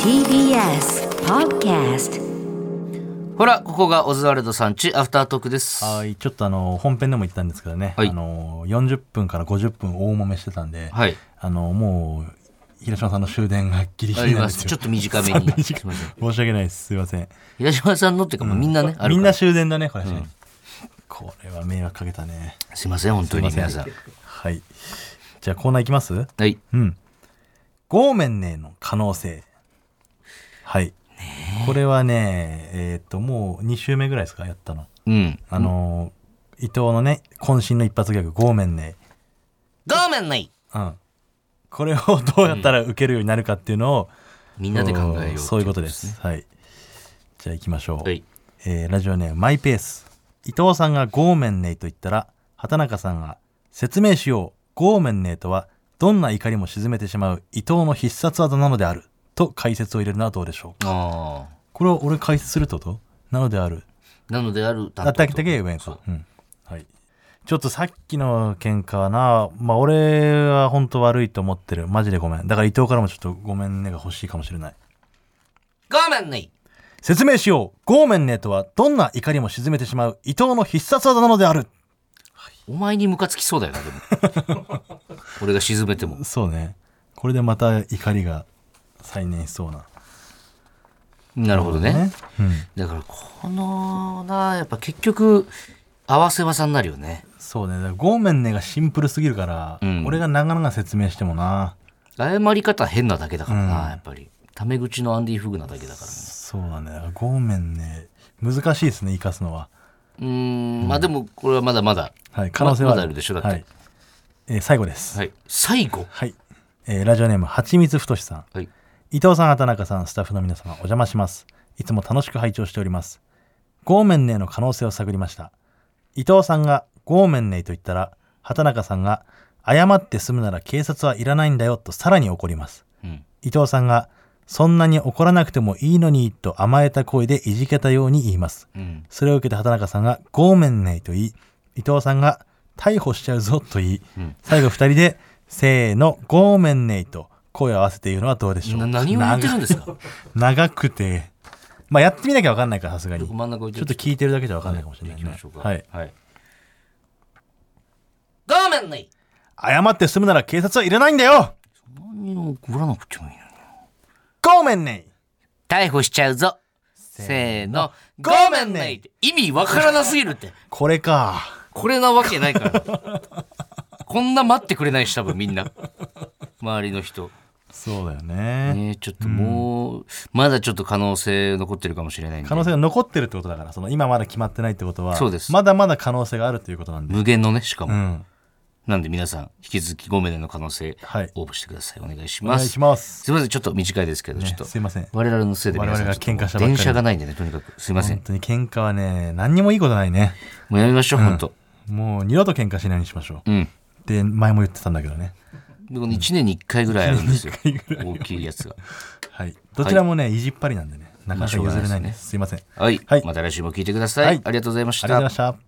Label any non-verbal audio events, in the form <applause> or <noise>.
TBS Podcast ほら、ここがオズワルドさんち、アフタートークです。ははい、ちょっとあの本編でも言ったんですけどね、はいあの40分から50分大揉めしてたんで、い。あのもう広島さんの終電がギリギあリりなんま。ですすちょよっ。と短 <laughs> めに。す短いみません。申し訳ないです。すいません。平島さんのっていうか、もうみんなね、あるみかんなら。終電だね、これ、これは迷惑かけたね。すいません、本当にすいま皆させん。はい。じゃあコーナーいきますはい。うん。ゴーメンネーの可能性。はい。これはね、えーっと、もう2週目ぐらいですか、やったの。うん。あのー、伊藤のね、渾身の一発ギャグ、ゴーメンネー。ごめんないうん、これをどうやったら受けるようになるかっていうのを、みんなで考えよう。そういうことで。す、はいじゃあ行きましょう、はい。えーラジオネームマイペース伊藤さんが「ゴーメンネイ」と言ったら畑中さんが「説明しようゴーメンネイとはどんな怒りも沈めてしまう伊藤の必殺技なのである」と解説を入れるのはどうでしょうかああ。これを俺解説するってことなのであるなのである担当あったけたけ言えばいいのか。うん。はい。ちょっとさっきの喧嘩はな、まあ俺は本当悪いと思ってる。マジでごめん。だから伊藤からもちょっとごめんねが欲しいかもしれない。ごめんない説明しようゴーメンネとはどんな怒りも沈めてしまう伊藤の必殺技なのであるお前にムカつきそうだよな、でも。 <laughs> 俺が沈めても。そうね。これでまた怒りが再燃しそうな。なるほどね。。うん。だから、このな、やっぱ結局、合わせ技になるよね。そうね。だからゴーメンネがシンプルすぎるから、うん俺が長々説明してもな。謝り方変なだけだからな、うんやっぱり。タメ口のアンディ・フグなだけだからね。そうだね。だからゴーメンネ、難しいですね、生かすのは。うーん、まあでも、これはまだまだ。はい、可能性はまだあるでしょだってはいえー最後です。はい。最後。はい。えーラジオネーム、はちみつふとしさん。はい。伊藤さん、畑中さん、スタッフの皆様、お邪魔します。いつも楽しく拝聴しております。ゴーメンネーの可能性を探りました。伊藤さんがゴーメンネーと言ったら、畑中さんが、謝って済むなら警察はいらないんだよとさらに怒ります。うん。伊藤さんが、そんなに怒らなくてもいいのにと甘えた声でいじけたように言います。うん。それを受けて畑中さんが「ごめんね」と言い伊藤さんが「逮捕しちゃうぞ」と言い、うん最後二人で「せーのごめんね」と声を合わせて言うのはどうでしょうな何を言ってるんですか長長くてまあやってみなきゃ分かんないからさすがにちょ真ん中置いてっと聞いてるだけじゃ分かんないかもしれない、ね行きましょうか。はい。はい。ごめんね謝って済むなら警察はいらないんだよ何を怒らなくてもいいのに。ごめんね逮捕しちゃうぞ。せーの。ごめんねって意味わからなすぎるって。これかこれなわけないから。 <laughs> こんな待ってくれないし、多分みんな。周りの人。そうだよねねちょっともう、まだちょっと可能性残ってるかもしれないんで。可能性が残ってるってことだからその今まだ決まってないってことはそうですまだまだ可能性があるということなんで、無限のね、しかも。うん、なんで皆さん、引き続き5名の可能性、はい応募してください。お願いしおま願す。いしますすみません、ちょっと短いですけど、ちょっと。すいません我々のせいで皆さん我々が喧嘩したばっかりで電車がないんでね、とにかく。すいません本。当に喧嘩はね何にもいいことないねもうやめましょう、本当。もう二度と喧嘩しないようにしましょううん。で前も言ってたんだけどねで、この1年に1回ぐらいあるんですよ。大きいやつが。はいどちらもね、意地っぱりなんでねなかなか譲れないまあしょうがないねですすいませんありはい。はいまた来週も聞いてください。はいありがとうございましがとうござたいま。した